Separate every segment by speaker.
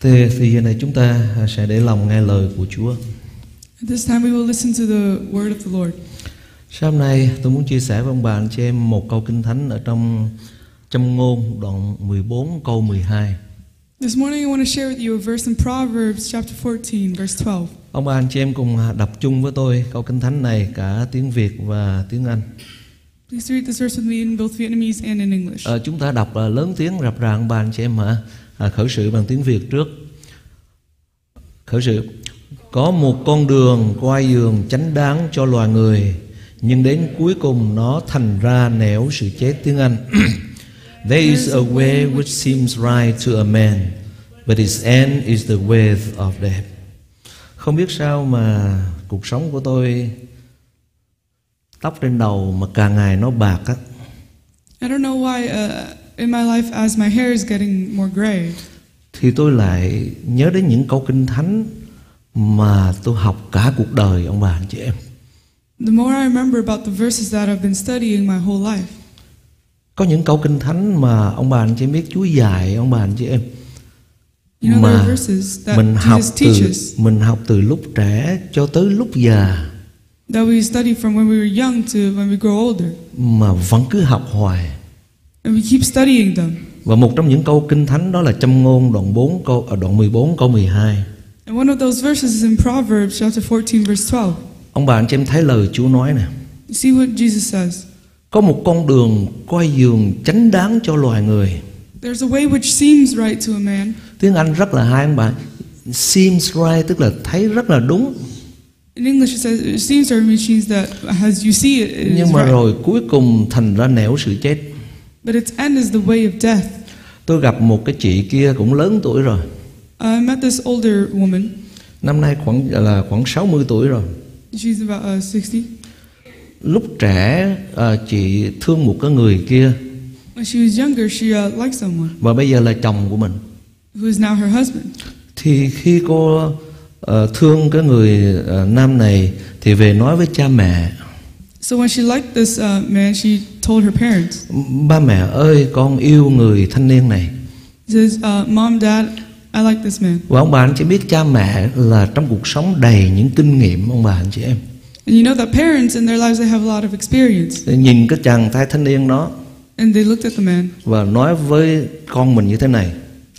Speaker 1: Thì, thì giờ này chúng ta à, sẽ để lòng nghe lời của Chúa.
Speaker 2: At this time, we will listen to the word of the Lord.
Speaker 1: Sáng hôm nay tôi muốn chia sẻ với ông bà anh chị em một câu kinh thánh ở trong châm ngôn đoạn 14 câu 12.
Speaker 2: This morning, I want to share with you a verse in Proverbs chapter 14, verse 12.
Speaker 1: Ông bà anh chị em cùng à, đọc chung với tôi câu kinh thánh này cả tiếng Việt và tiếng Anh.
Speaker 2: Please read this verse with me in both Vietnamese and in English.
Speaker 1: Ờ, chúng ta đọc là lớn tiếng rập ràng ông bà anh chị em hả? À, khởi sự bằng tiếng Việt trước. Khởi sự có một con đường quay giường chánh đáng cho loài người nhưng đến cuối cùng nó thành ra nẻo sự chết tiếng Anh. There is a way which seems right to a man, but its end is the way of death. Không biết sao mà cuộc sống của tôi tóc trên đầu mà càng ngày nó bạc á.
Speaker 2: I don't know why uh, in my life, as my hair is getting more gray,
Speaker 1: thì tôi lại nhớ đến những câu kinh thánh mà tôi học cả cuộc đời ông bà anh chị em
Speaker 2: the more I remember about the verses that I've been studying my whole life.
Speaker 1: có những câu kinh thánh mà ông bà anh chị em biết Chúa dạy ông bà anh chị em
Speaker 2: You know, there
Speaker 1: Mà
Speaker 2: are verses that
Speaker 1: mình học
Speaker 2: Jesus
Speaker 1: từ
Speaker 2: teaches
Speaker 1: mình học từ lúc trẻ cho tới lúc già
Speaker 2: that we study from when we were young to when we grow older,
Speaker 1: mà vẫn cứ học hoài
Speaker 2: and we keep studying them.
Speaker 1: và một trong những câu kinh thánh đó là châm ngôn đoạn 4 câu à, đoạn 14 câu 12
Speaker 2: And one of those verses is in Proverbs chapter 14, verse 12.
Speaker 1: ông bà anh chị em thấy lời Chúa nói nè
Speaker 2: You see what Jesus says.
Speaker 1: có một con đường quay giường chánh đáng cho loài người
Speaker 2: There's a way which seems right to a man.
Speaker 1: Tiếng Anh rất là hay ông bà Seems right tức là thấy rất là đúng
Speaker 2: In English, it says it seems or means that as you see it, it is
Speaker 1: Nhưng mà
Speaker 2: right.
Speaker 1: rồi cuối cùng thành ra nẻo sự chết
Speaker 2: But its end is the way of death.
Speaker 1: Tôi gặp một cái chị kia cũng lớn tuổi rồi
Speaker 2: Uh, I met this older woman.
Speaker 1: Năm nay khoảng là khoảng 60 tuổi rồi
Speaker 2: She's about uh, 60.
Speaker 1: Lúc trẻ à, chị thương một cái người kia
Speaker 2: When she was younger, she uh, liked someone
Speaker 1: Và bây giờ là chồng của mình
Speaker 2: who is now her husband.
Speaker 1: Thì khi cô ờ, thương cái người ờ, nam này Thì về nói với cha mẹ
Speaker 2: So when she liked this uh, man, she told her parents.
Speaker 1: Ba mẹ ơi con yêu người thanh niên này
Speaker 2: She says, uh, "Mom, Dad, I like this man."
Speaker 1: Và ông bà anh chị biết cha mẹ là trong cuộc sống đầy những kinh nghiệm ông bà anh chị em
Speaker 2: And you know that parents in their lives they have a lot of experience,
Speaker 1: Thì Nhìn cái chàng trai thanh niên đó
Speaker 2: and they looked at the man
Speaker 1: và nói với con mình như thế này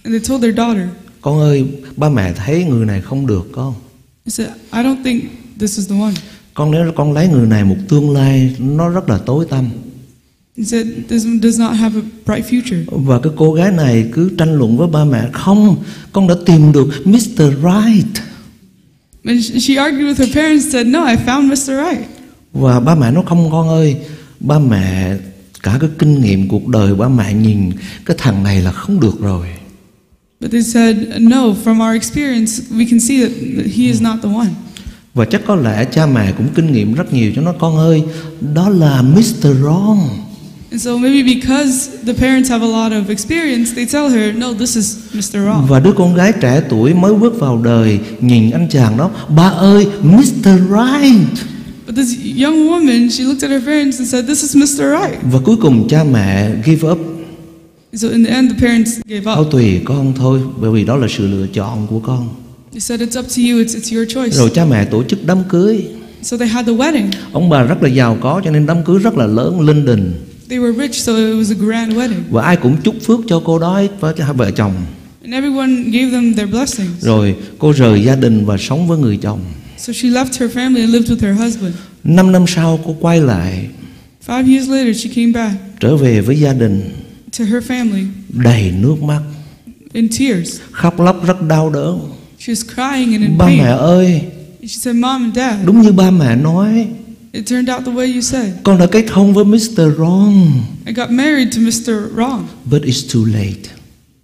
Speaker 2: and they told their daughter,
Speaker 1: Con ơi ba mẹ thấy người này không được con
Speaker 2: "They said, I don't think this is the one."
Speaker 1: Con nếu con lấy người này một tương lai nó rất là tối tăm
Speaker 2: He said, This one does not have a bright future.
Speaker 1: Và cái cô gái này cứ tranh luận với ba mẹ Không con đã tìm được Mr. Right
Speaker 2: And sh- she argued with her parents, said, No, I found Mr. Right.
Speaker 1: Và ba mẹ nói không con ơi Ba mẹ cả cái kinh nghiệm cuộc đời ba mẹ nhìn cái thằng này là không được rồi
Speaker 2: But they said, No, from our experience, we can see that that he is not the one.
Speaker 1: Và chắc có lẽ cha mẹ cũng kinh nghiệm rất nhiều cho nó con ơi Đó là Mr. Wrong
Speaker 2: And so maybe because the parents have a lot of experience, they tell her, No, this is Mr. Wrong.
Speaker 1: Và đứa con gái trẻ tuổi mới bước vào đời Nhìn anh chàng đó Ba ơi Mr. Right
Speaker 2: But this young woman, she looked at her parents and said, This is Mr. Right.
Speaker 1: Và cuối cùng cha mẹ give up
Speaker 2: And so in the end, the parents gave
Speaker 1: Thôi
Speaker 2: up.
Speaker 1: tùy con thôi Bởi vì đó là sự lựa chọn của con
Speaker 2: They said, It's up to you, it's, it's your choice.
Speaker 1: Rồi cha mẹ tổ chức đám cưới
Speaker 2: So they had the wedding.
Speaker 1: Ông bà rất là giàu có cho nên đám cưới rất là lớn linh đình
Speaker 2: They were rich, so it was a grand wedding.
Speaker 1: Và ai cũng chúc phước cho cô đó với hai vợ chồng
Speaker 2: And everyone gave them their blessings.
Speaker 1: Rồi cô rời gia đình và sống với người chồng
Speaker 2: So she left her family and lived with her husband.
Speaker 1: Năm năm sau cô quay lại
Speaker 2: Five years later, she came back
Speaker 1: trở về với gia đình
Speaker 2: to her family
Speaker 1: đầy nước mắt
Speaker 2: in tears.
Speaker 1: khóc lóc rất đau đớn
Speaker 2: She was crying and in
Speaker 1: ba mẹ
Speaker 2: pain.
Speaker 1: ơi
Speaker 2: And she said, Mom and Dad,
Speaker 1: đúng như ba mẹ nói
Speaker 2: it turned out the way you said.
Speaker 1: con đã kết hôn với Mr. Wrong
Speaker 2: I got married to Mr. Wrong,
Speaker 1: but it's too late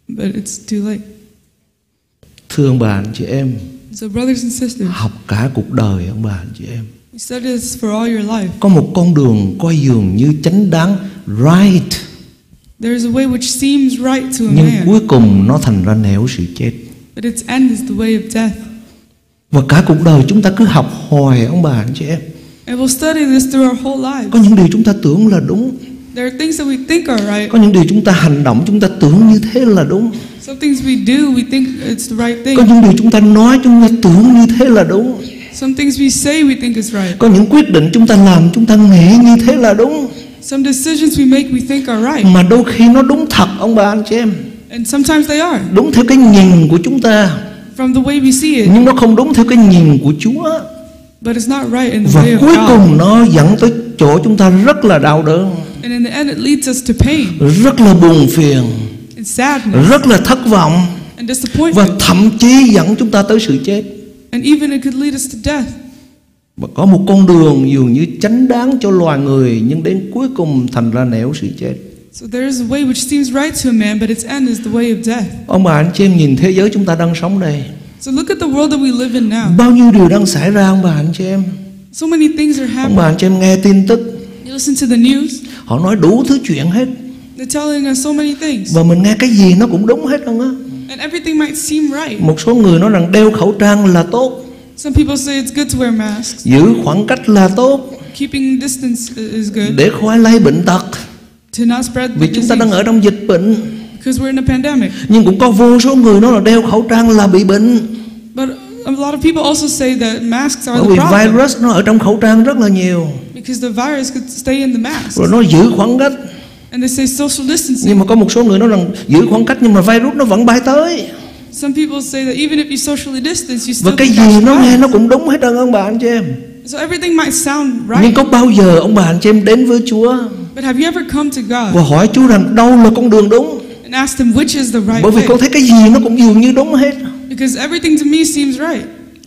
Speaker 2: but it's too late.
Speaker 1: thương bà anh chị em
Speaker 2: So, brothers and sisters,
Speaker 1: học cả cuộc đời ông bà anh chị em
Speaker 2: you study this for all your life.
Speaker 1: có một con đường quay giường như chánh đáng right
Speaker 2: There is a way which seems right to a
Speaker 1: nhưng
Speaker 2: man,
Speaker 1: cuối cùng nó thành ra nẻo sự chết
Speaker 2: but its end is the way of death.
Speaker 1: và cả cuộc đời chúng ta cứ học hoài ông bà anh chị em
Speaker 2: And we'll study this through our whole lives.
Speaker 1: có những điều chúng ta tưởng là đúng
Speaker 2: There are things that we think are right,
Speaker 1: có những điều chúng ta hành động chúng ta tưởng như thế là đúng
Speaker 2: Some things we do, we think it's the right
Speaker 1: có
Speaker 2: thing.
Speaker 1: những điều chúng ta nói chúng ta tưởng như thế là đúng
Speaker 2: Some things we say we think is right.
Speaker 1: có những quyết định chúng ta làm chúng ta nghĩ như thế là đúng
Speaker 2: Some decisions we make we think are right.
Speaker 1: mà đôi khi nó đúng thật ông bà anh chị em
Speaker 2: And sometimes they are,
Speaker 1: đúng theo cái nhìn của chúng ta
Speaker 2: from the way we see it.
Speaker 1: nhưng nó không đúng theo cái nhìn của Chúa
Speaker 2: But it's not right in the
Speaker 1: và
Speaker 2: way of
Speaker 1: cuối
Speaker 2: God.
Speaker 1: cùng nó dẫn tới chỗ chúng ta rất là đau đớn
Speaker 2: And in the end, it leads us to pain
Speaker 1: rất là buồn phiền
Speaker 2: and sadness
Speaker 1: rất là thất vọng
Speaker 2: and
Speaker 1: và
Speaker 2: disappointment.
Speaker 1: thậm chí dẫn chúng ta tới sự chết
Speaker 2: And even it could lead us to death.
Speaker 1: và có một con đường dường như chánh đáng cho loài người nhưng đến cuối cùng thành ra nẻo sự chết
Speaker 2: So there is a way which seems right to a man, but its end is the way of death.
Speaker 1: ông bà anh chị em nhìn thế giới chúng ta đang sống đây
Speaker 2: So look at the world that we live in now.
Speaker 1: bao nhiêu điều đang xảy ra ông bà anh chị em
Speaker 2: So many things are
Speaker 1: ông
Speaker 2: happening.
Speaker 1: bà anh chị em nghe tin tức
Speaker 2: You listen to the news,
Speaker 1: họ nói đủ thứ chuyện hết
Speaker 2: they're telling us so many things.
Speaker 1: và mình nghe cái gì nó cũng đúng hết không á
Speaker 2: And everything might seem right.
Speaker 1: một số người nói rằng đeo khẩu trang là tốt
Speaker 2: Some people say it's good to wear masks.
Speaker 1: giữ khoảng cách là tốt
Speaker 2: Keeping distance i- is good
Speaker 1: để khỏi lây bệnh tật
Speaker 2: to not spread the
Speaker 1: vì chúng ta đang
Speaker 2: disease
Speaker 1: ở trong dịch bệnh
Speaker 2: because we're in a pandemic.
Speaker 1: nhưng cũng có vô số người nói là đeo khẩu trang là bị bệnh
Speaker 2: But a lot of people also say that masks are
Speaker 1: bởi
Speaker 2: the
Speaker 1: vì
Speaker 2: problem
Speaker 1: virus nó ở trong khẩu trang rất là nhiều
Speaker 2: because the virus could stay in the mask.
Speaker 1: rồi nó giữ khoảng cách
Speaker 2: And they say social distancing.
Speaker 1: nhưng mà có một số người nói rằng giữ khoảng cách nhưng mà virus nó vẫn bay tới
Speaker 2: Some people say that even if you socially distance, you
Speaker 1: và
Speaker 2: still
Speaker 1: cái
Speaker 2: can catch
Speaker 1: gì
Speaker 2: the
Speaker 1: nó nghe
Speaker 2: virus.
Speaker 1: nó cũng đúng hết trơn ông bà anh chị em
Speaker 2: So everything might sound
Speaker 1: nhưng
Speaker 2: right,
Speaker 1: có bao giờ ông bà anh chị em đến với Chúa
Speaker 2: but have you ever come to God
Speaker 1: và hỏi Chúa rằng đâu là con đường đúng
Speaker 2: and asked Him which is the right
Speaker 1: bởi vì
Speaker 2: way?
Speaker 1: con thấy cái gì nó cũng dường như đúng hết
Speaker 2: Because everything to me seems right.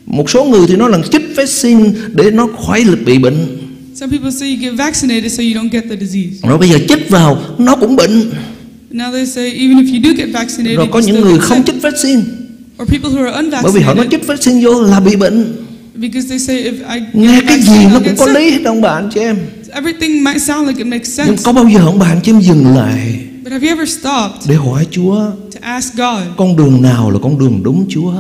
Speaker 1: một số người thì nói rằng chích vaccine để nó khỏi lực bị bệnh
Speaker 2: Some people say you get vaccinated so you don't get the disease.
Speaker 1: rồi bây giờ chích vào nó cũng bệnh
Speaker 2: Now they say even if you do get vaccinated,
Speaker 1: rồi có
Speaker 2: you
Speaker 1: những
Speaker 2: still
Speaker 1: người
Speaker 2: get
Speaker 1: không
Speaker 2: sick.
Speaker 1: chích vaccine
Speaker 2: Or people who are
Speaker 1: bởi vì họ nói
Speaker 2: unvaccinated
Speaker 1: chích vaccine vô là bị bệnh
Speaker 2: because they say if I
Speaker 1: nghe
Speaker 2: get
Speaker 1: cái gì
Speaker 2: vaccinated,
Speaker 1: nó cũng
Speaker 2: I'll get
Speaker 1: có
Speaker 2: sick.
Speaker 1: lý hết ông bà anh chị em
Speaker 2: Everything might sound like it makes
Speaker 1: nhưng
Speaker 2: sense,
Speaker 1: có bao giờ ông bà anh chị em dừng lại
Speaker 2: but have you ever stopped
Speaker 1: để hỏi Chúa
Speaker 2: to ask God
Speaker 1: con đường nào là con đường đúng Chúa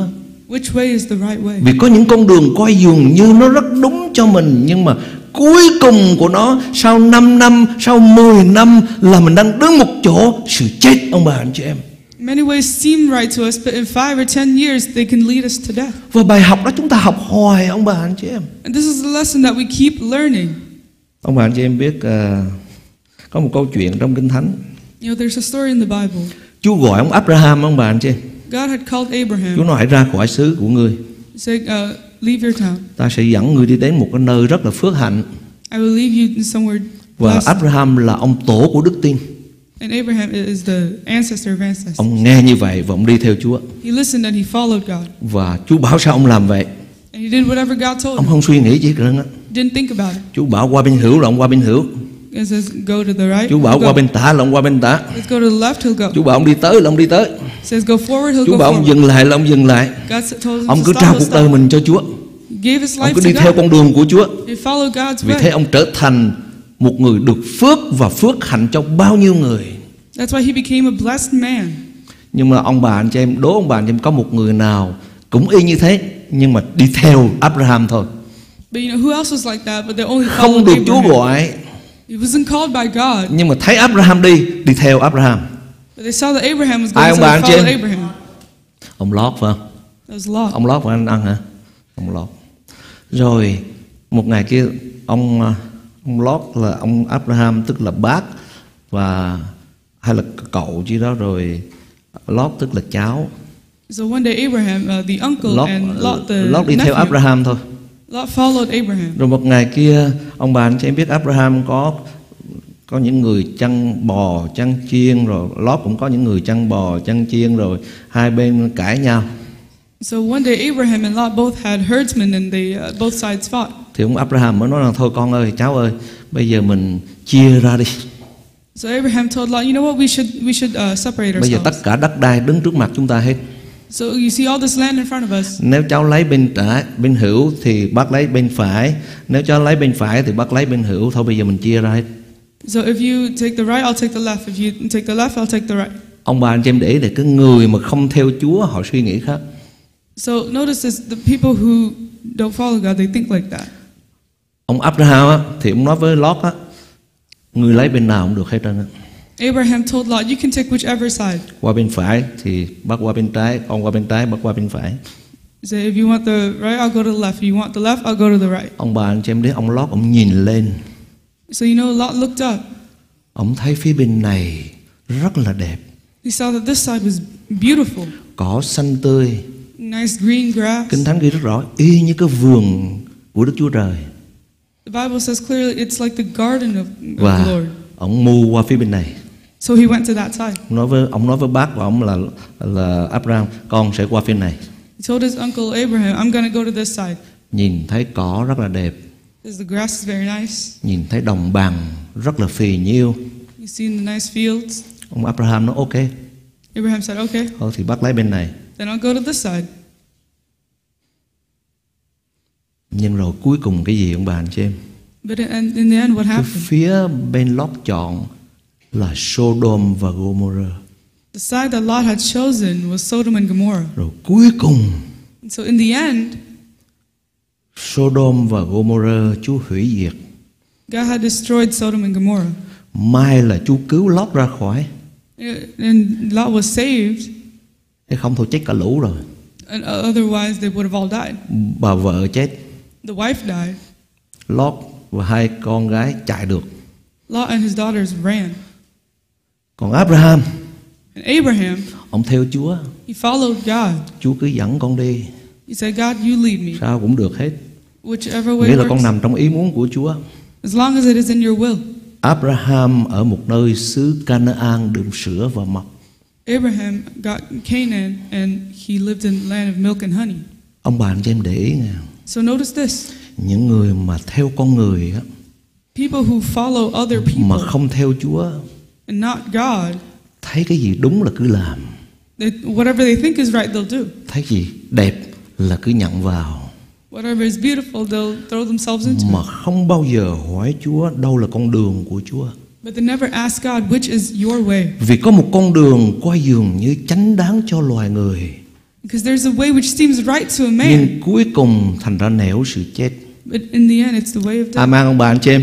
Speaker 2: which way is the right way?
Speaker 1: vì có những con đường coi dường như nó rất đúng cho mình nhưng mà cuối cùng của nó sau 5 năm sau 10 năm là mình đang đứng một chỗ sự chết ông bà anh chị em
Speaker 2: Many ways seem right to us, but in five or ten years they can lead us to death.
Speaker 1: và bài học đó chúng ta học hoài ông bà anh chị em
Speaker 2: And this is a lesson that we keep learning.
Speaker 1: ông bà anh chị em biết à, có một câu chuyện trong kinh thánh
Speaker 2: You know, there's a story in the Bible.
Speaker 1: Chúa gọi ông Abraham ông bà anh chị em
Speaker 2: God had called
Speaker 1: Chúa
Speaker 2: Abraham,
Speaker 1: nói hãy ra khỏi xứ của ngươi
Speaker 2: saying, uh, Leave your town.
Speaker 1: ta sẽ dẫn ngươi đi đến một cái nơi rất là phước hạnh
Speaker 2: I will leave you in somewhere.
Speaker 1: và
Speaker 2: blessed."
Speaker 1: Abraham là ông tổ của đức tin
Speaker 2: And Abraham is the ancestor of ancestors.
Speaker 1: ông nghe như vậy và ông đi theo Chúa
Speaker 2: He listened and he followed God.
Speaker 1: và Chúa bảo sao ông làm vậy
Speaker 2: And he did whatever God told
Speaker 1: ông
Speaker 2: him.
Speaker 1: không suy nghĩ gì hết á
Speaker 2: Didn't think about it.
Speaker 1: Chúa bảo qua bên hữu là ông qua bên hữu
Speaker 2: It says, Go to the right.
Speaker 1: Chúa bảo
Speaker 2: he'll
Speaker 1: qua
Speaker 2: go.
Speaker 1: bên tả là ông qua bên tả
Speaker 2: Let's go to the left, he'll go.
Speaker 1: Chúa bảo ông đi tới là ông đi tới
Speaker 2: says, Go forward, he'll
Speaker 1: Chúa
Speaker 2: go
Speaker 1: bảo ông
Speaker 2: forward.
Speaker 1: dừng lại là ông dừng lại
Speaker 2: God s- told him
Speaker 1: ông
Speaker 2: to
Speaker 1: cứ
Speaker 2: stop,
Speaker 1: trao
Speaker 2: he'll
Speaker 1: cuộc đời
Speaker 2: stop.
Speaker 1: mình cho Chúa
Speaker 2: He gave his
Speaker 1: ông
Speaker 2: life
Speaker 1: cứ
Speaker 2: to
Speaker 1: đi theo
Speaker 2: God.
Speaker 1: con đường của Chúa
Speaker 2: He followed God's
Speaker 1: vì thế
Speaker 2: way.
Speaker 1: ông trở thành một người được phước và phước hạnh cho bao nhiêu người
Speaker 2: That's why he became a blessed man.
Speaker 1: nhưng mà ông bà anh chị em đố ông bà anh chị em có một người nào cũng y như thế nhưng mà đi theo Abraham thôi
Speaker 2: But you know, who else was like that? But they only
Speaker 1: không
Speaker 2: followed
Speaker 1: được Chúa
Speaker 2: Abraham.
Speaker 1: gọi
Speaker 2: He wasn't called by God.
Speaker 1: nhưng mà thấy Abraham đi đi theo Abraham
Speaker 2: But they saw that Abraham was
Speaker 1: Ai
Speaker 2: going,
Speaker 1: ông
Speaker 2: so
Speaker 1: bà
Speaker 2: they
Speaker 1: anh chị
Speaker 2: followed
Speaker 1: em?
Speaker 2: Abraham.
Speaker 1: ông Lót phải không
Speaker 2: That was Lot.
Speaker 1: ông Lót phải anh ăn hả ông Lót rồi một ngày kia ông à, ông Lót là ông Abraham tức là bác và hay là cậu chứ đó rồi Lót tức là cháu
Speaker 2: So one day Abraham, uh, the uncle,
Speaker 1: Lót ờ,
Speaker 2: and Lot, the
Speaker 1: Lót đi
Speaker 2: ờ, nephew,
Speaker 1: theo Abraham thôi
Speaker 2: Lot followed Abraham.
Speaker 1: Rồi một ngày kia ông bà anh chị em biết Abraham có có những người chăn bò, chăn chiên rồi Lót cũng có những người chăn bò, chăn chiên rồi hai bên cãi nhau.
Speaker 2: So one day Abraham and Lot both had herdsmen, and they uh, both sides fought.
Speaker 1: Thì ông Abraham mới nói là thôi con ơi, cháu ơi, bây giờ mình chia ra đi.
Speaker 2: So Abraham told Lot, you know what? We should we should uh, separate
Speaker 1: Bây giờ tất
Speaker 2: ourselves.
Speaker 1: cả đất đai đứng trước mặt chúng ta hết.
Speaker 2: So you see all this land in front of us.
Speaker 1: Nếu cháu lấy bên trái, bên hữu thì bác lấy bên phải, nếu cháu lấy bên phải thì bác lấy bên hữu, thôi bây giờ mình chia ra hết.
Speaker 2: So if you take the right, I'll take the left. If you take the left, I'll take the right.
Speaker 1: Ông bà anh chị em để ý là cái người mà không theo Chúa họ suy nghĩ khác.
Speaker 2: So notice this: the people who don't follow God, they think like that.
Speaker 1: ông Abraham á, thì ông nói với Lót á người lấy bên nào cũng được hết trơn á
Speaker 2: Abraham told Lot, You can take whichever side.
Speaker 1: qua bên phải thì bác qua bên trái ông qua bên trái bác qua bên phải
Speaker 2: He said, If you want the right, I'll go to the left. If you want the left, I'll go to the right.
Speaker 1: ông bà anh chị em đấy ông lót ông nhìn lên
Speaker 2: So you know, Lot looked up.
Speaker 1: ông thấy phía bên này rất là đẹp
Speaker 2: He saw that this side was beautiful,
Speaker 1: cỏ xanh tươi
Speaker 2: nice green grass.
Speaker 1: kinh thánh ghi rất rõ y như cái vườn của đức chúa trời
Speaker 2: The Bible says clearly it's like the garden of, of the
Speaker 1: và
Speaker 2: Lord.
Speaker 1: ông mù qua phía bên này
Speaker 2: So he went to that side.
Speaker 1: Ông nói với ông nói với bác và ông là là Abraham con sẽ qua phía này
Speaker 2: He told his uncle Abraham, I'm going to go to this side.
Speaker 1: nhìn thấy cỏ rất là đẹp
Speaker 2: Because the grass is very nice.
Speaker 1: nhìn thấy đồng bằng rất là phì nhiêu
Speaker 2: You see the nice fields.
Speaker 1: ông Abraham nói ok
Speaker 2: Abraham said, Okay,
Speaker 1: thôi thì bác lấy bên này
Speaker 2: then I'll go to this side.
Speaker 1: nhưng rồi cuối cùng cái gì ông bà anh chị em
Speaker 2: But in, in the end, what
Speaker 1: cái
Speaker 2: happened?
Speaker 1: phía bên lót chọn là Sodom và Gomorrah
Speaker 2: The side that Lot had chosen was Sodom and Gomorrah.
Speaker 1: rồi cuối cùng
Speaker 2: And so in the end,
Speaker 1: Sodom và Gomorrah Chúa hủy diệt
Speaker 2: God had destroyed Sodom and Gomorrah.
Speaker 1: may là Chúa cứu lót ra khỏi
Speaker 2: Eh, And Lot was saved,
Speaker 1: thế không thôi chết cả lũ rồi
Speaker 2: and otherwise they would have all died.
Speaker 1: bà vợ chết
Speaker 2: The wife died.
Speaker 1: lót và hai con gái chạy được
Speaker 2: Lot and his daughters ran.
Speaker 1: còn Abraham
Speaker 2: And Abraham,
Speaker 1: ông theo Chúa
Speaker 2: he followed God.
Speaker 1: Chúa cứ dẫn con đi
Speaker 2: He said, God, you lead me,
Speaker 1: sao cũng được hết
Speaker 2: whichever way
Speaker 1: nghĩa là con
Speaker 2: works,
Speaker 1: nằm trong ý muốn của Chúa
Speaker 2: as long as it is in your will.
Speaker 1: Abraham ở một nơi xứ Canaan đượm sữa và mật
Speaker 2: Abraham got Canaan and he lived in the land of milk and honey.
Speaker 1: ông bà anh chị em để ý nè
Speaker 2: So notice this
Speaker 1: những người mà theo con người á,
Speaker 2: people who follow other
Speaker 1: mà
Speaker 2: people
Speaker 1: không theo Chúa
Speaker 2: and not God,
Speaker 1: thấy cái gì đúng là cứ làm
Speaker 2: they, whatever they think is right, they'll do.
Speaker 1: thấy gì đẹp là cứ nhận vào
Speaker 2: Whatever is beautiful, they'll throw themselves into
Speaker 1: mà
Speaker 2: it.
Speaker 1: không bao giờ hỏi Chúa đâu là con đường của Chúa
Speaker 2: But they never ask God, which is your way?
Speaker 1: vì có một con đường qua giường như chánh đáng cho loài người
Speaker 2: Because there's a way which seems right to a man,
Speaker 1: nhưng cuối cùng thành ra nẻo sự chết
Speaker 2: but in the end, it's the way of death.
Speaker 1: Aman ông bà anh chị em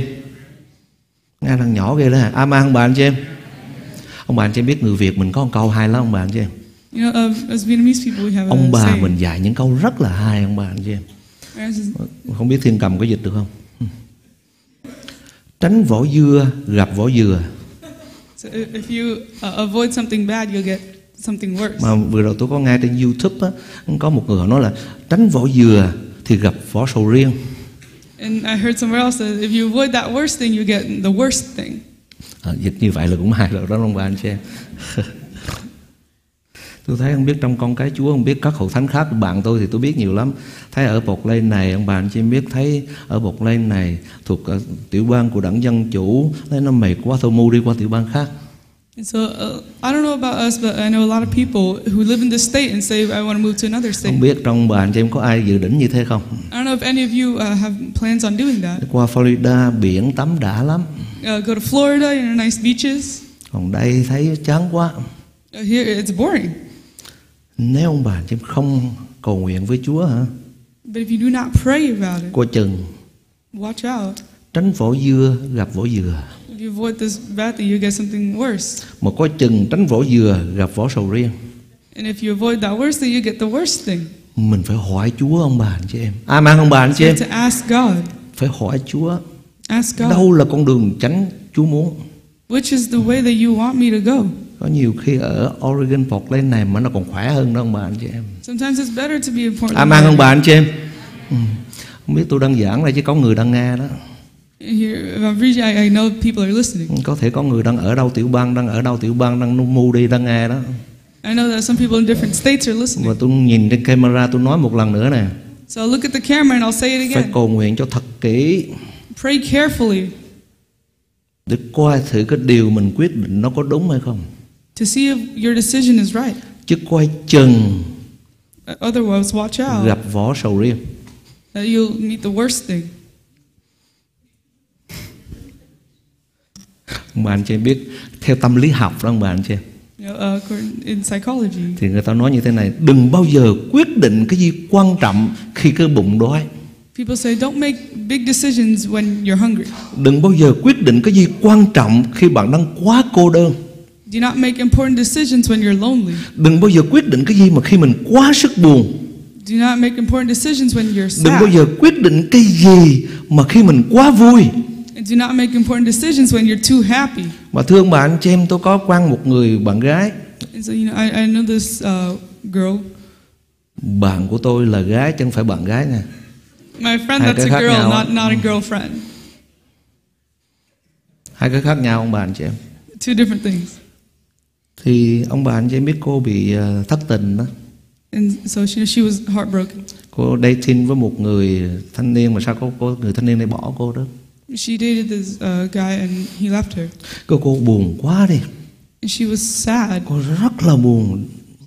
Speaker 1: Nghe thằng nhỏ kia đó hả Aman ông bà anh chị em Ông bà anh chị em biết người Việt mình có một câu hay lắm ông bà anh chị em
Speaker 2: You know, of- as Vietnamese people, we have
Speaker 1: Ah. Ông
Speaker 2: a
Speaker 1: bà
Speaker 2: saying.
Speaker 1: mình dạy những câu rất là hay ông bà anh chị em
Speaker 2: Ours is,
Speaker 1: Không biết thiên cầm có dịch được không Tránh vỏ dưa gặp vỏ dừa
Speaker 2: So i- if you uh, avoid something bad, you'll get something worse.
Speaker 1: Mà vừa rồi tôi có nghe trên Youtube á Có một người họ nói là Tránh vỏ dừa thì gặp vỏ sầu riêng
Speaker 2: And I heard somewhere else that if you avoid that worst thing, you get the worst thing.
Speaker 1: à, Dịch như vậy là cũng hay rồi đó ông bà anh chị em Tôi thấy không biết trong con cái Chúa không biết các hậu thánh khác bạn tôi thì tôi biết nhiều lắm Thấy ở bột lây này ông bà anh chị em biết thấy ở bột lây này thuộc ờ, tiểu bang của đảng Dân Chủ Thấy nó mệt quá thôi mu đi qua tiểu bang khác
Speaker 2: And so uh, I don't know about us, but I know a lot of people who live in this state and say, I want to move to another
Speaker 1: Không
Speaker 2: state.
Speaker 1: biết trong bà anh chị em có ai dự định như thế không
Speaker 2: I don't know if any of you uh, have plans on doing that.
Speaker 1: Qua Florida biển tắm đã lắm
Speaker 2: Uh, go to Florida, you know, nice beaches.
Speaker 1: Còn đây thấy chán quá
Speaker 2: Uh, here, it's boring.
Speaker 1: Nếu ông bà anh chị em không cầu nguyện với Chúa hả
Speaker 2: But if you do not pray about it,
Speaker 1: Coi chừng
Speaker 2: watch out.
Speaker 1: tránh vỏ dưa gặp vỏ dừa
Speaker 2: If you avoid this bad thing, you get something worse.
Speaker 1: mà coi chừng tránh vỏ dừa gặp vỏ sầu riêng
Speaker 2: And if you avoid that worst thing, you get the worst thing.
Speaker 1: mình phải hỏi Chúa ông bà anh chị em à mang ông bà anh chị
Speaker 2: You
Speaker 1: em
Speaker 2: have to ask God.
Speaker 1: phải hỏi Chúa
Speaker 2: Ask God.
Speaker 1: đâu là con đường tránh Chúa muốn
Speaker 2: Which is the way that you want me to go?
Speaker 1: có nhiều khi ở Oregon Portland này mà nó còn khỏe hơn đó ông bà anh chị em
Speaker 2: Sometimes it's better to be important.
Speaker 1: à mang ông bà anh chị em ừ. không biết tôi đang giảng đây chứ có người đang nghe đó
Speaker 2: Here, if I'm preaching, I, I know people are listening.
Speaker 1: có thể có người đang ở đâu tiểu bang đang ở đâu tiểu bang đang mu đi đang nghe đó
Speaker 2: I know that some people in different states are
Speaker 1: và
Speaker 2: listening.
Speaker 1: tôi nhìn trên camera tôi nói một lần nữa nè
Speaker 2: So I'll look at the camera and I'll say it
Speaker 1: phải
Speaker 2: again.
Speaker 1: cầu nguyện cho thật kỹ
Speaker 2: Pray carefully
Speaker 1: để coi thử cái điều mình quyết định nó có đúng hay không
Speaker 2: to see if your decision is right.
Speaker 1: chứ coi chừng
Speaker 2: Otherwise, watch out
Speaker 1: gặp vỏ sầu riêng
Speaker 2: that you'll meet the worst thing.
Speaker 1: ông bà anh chị biết theo tâm lý học đó ông bà anh chị
Speaker 2: You know, uh, according- in psychology,
Speaker 1: thì người ta nói như thế này đừng bao giờ quyết định cái gì quan trọng khi cái bụng đói
Speaker 2: People say, don't make big decisions when you're hungry.
Speaker 1: đừng bao giờ quyết định cái gì quan trọng khi bạn đang quá cô đơn
Speaker 2: Do not make important decisions when you're lonely.
Speaker 1: đừng bao giờ quyết định cái gì mà khi mình quá sức buồn
Speaker 2: Do not make important decisions when you're
Speaker 1: đừng bao
Speaker 2: sad.
Speaker 1: giờ quyết định cái gì mà khi mình quá vui
Speaker 2: And do not make important decisions when you're too happy.
Speaker 1: mà thưa ông bà anh chị em tôi có quen một người bạn gái
Speaker 2: And so, you know, I, I know this uh, girl.
Speaker 1: bạn của tôi là gái chứ không phải bạn gái nè
Speaker 2: My
Speaker 1: Hai
Speaker 2: friend, that's a
Speaker 1: cái khác
Speaker 2: girl,
Speaker 1: nhau á.
Speaker 2: not, not a girlfriend.
Speaker 1: hai cái khác nhau ông bà anh chị em
Speaker 2: Two different things.
Speaker 1: thì ông bà anh chị em biết cô bị ờ, thất tình đó
Speaker 2: And so she, she was heartbroken.
Speaker 1: cô dating với một người thanh niên mà sao cô, cô người thanh niên này bỏ cô đó
Speaker 2: She dated this uh, guy and he left her.
Speaker 1: cô cô buồn quá đi
Speaker 2: And she was sad.
Speaker 1: cô rất là buồn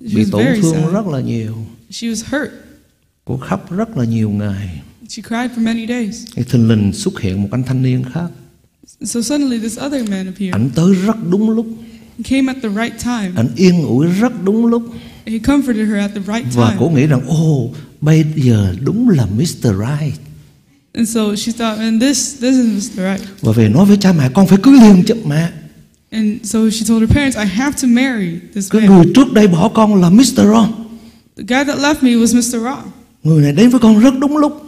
Speaker 2: She
Speaker 1: bị
Speaker 2: was
Speaker 1: tổn
Speaker 2: very
Speaker 1: thương
Speaker 2: sad.
Speaker 1: rất là nhiều
Speaker 2: She was hurt.
Speaker 1: cô khóc rất là nhiều ngày
Speaker 2: She cried for many days.
Speaker 1: thì thình lình xuất hiện một anh thanh niên khác
Speaker 2: So suddenly this other man appeared.
Speaker 1: ảnh tới rất đúng lúc
Speaker 2: He came at the right time.
Speaker 1: ảnh yên ủi rất đúng lúc
Speaker 2: He comforted her at the right
Speaker 1: và cô
Speaker 2: time.
Speaker 1: nghĩ rằng ô bây giờ đúng là Mr. Right
Speaker 2: And so she thought, and this this is Mr. Right.
Speaker 1: và về nói với cha mẹ con phải cưới liền chứ mẹ
Speaker 2: And so she told her parents, I have to marry this
Speaker 1: cái
Speaker 2: man.
Speaker 1: người trước đây bỏ con là Mr. Wrong
Speaker 2: The guy that left me was Mr. Wrong.
Speaker 1: người này đến với con rất đúng lúc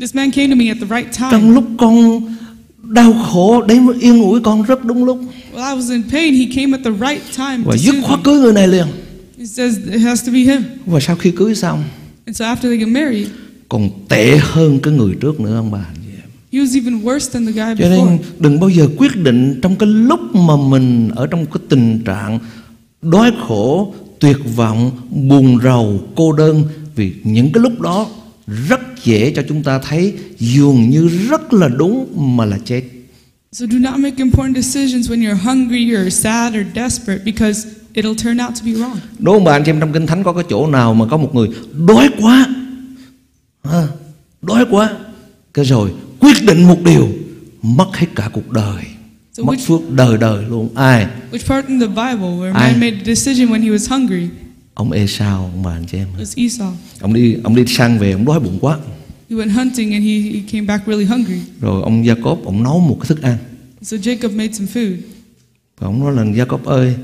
Speaker 2: This man came to me at the right
Speaker 1: trong
Speaker 2: time.
Speaker 1: lúc con đau khổ đến với yên ủi con rất đúng lúc
Speaker 2: While I was in pain, he came at the right time.
Speaker 1: và
Speaker 2: To
Speaker 1: dứt
Speaker 2: soothe
Speaker 1: khoát
Speaker 2: me.
Speaker 1: cưới người này liền
Speaker 2: He says it has to be him.
Speaker 1: và sau khi cưới xong
Speaker 2: And so after they get married,
Speaker 1: còn tệ hơn cái người trước nữa ông bà anh chị em.
Speaker 2: he was even worse than the guy
Speaker 1: cho
Speaker 2: before.
Speaker 1: nên đừng bao giờ quyết định trong cái lúc mà mình ở trong cái tình trạng đói khổ tuyệt vọng buồn rầu cô đơn vì những cái lúc đó rất dễ cho chúng ta thấy dường như rất là đúng mà là chết
Speaker 2: So do not make important decisions when you're hungry or sad or desperate because it'll turn out to be wrong.
Speaker 1: Đúng không bà anh chị em trong Kinh Thánh có cái chỗ nào mà có một người đói quá à, Đói quá Cái rồi quyết định một điều Mất hết cả cuộc đời
Speaker 2: So
Speaker 1: Mất
Speaker 2: which-
Speaker 1: phước đời đời luôn Ai?
Speaker 2: Which part in the Bible where
Speaker 1: Aye.
Speaker 2: man made a decision when he was hungry
Speaker 1: Ông Esau ông bà anh chị em
Speaker 2: was Esau.
Speaker 1: Ông đi ông đi sang về ông đói bụng quá
Speaker 2: He went hunting and he, he came back really hungry.
Speaker 1: Rồi ông Gia Cốp ông nấu một cái thức ăn
Speaker 2: So Jacob made some food.
Speaker 1: Và ông nói là Gia Cốp ơi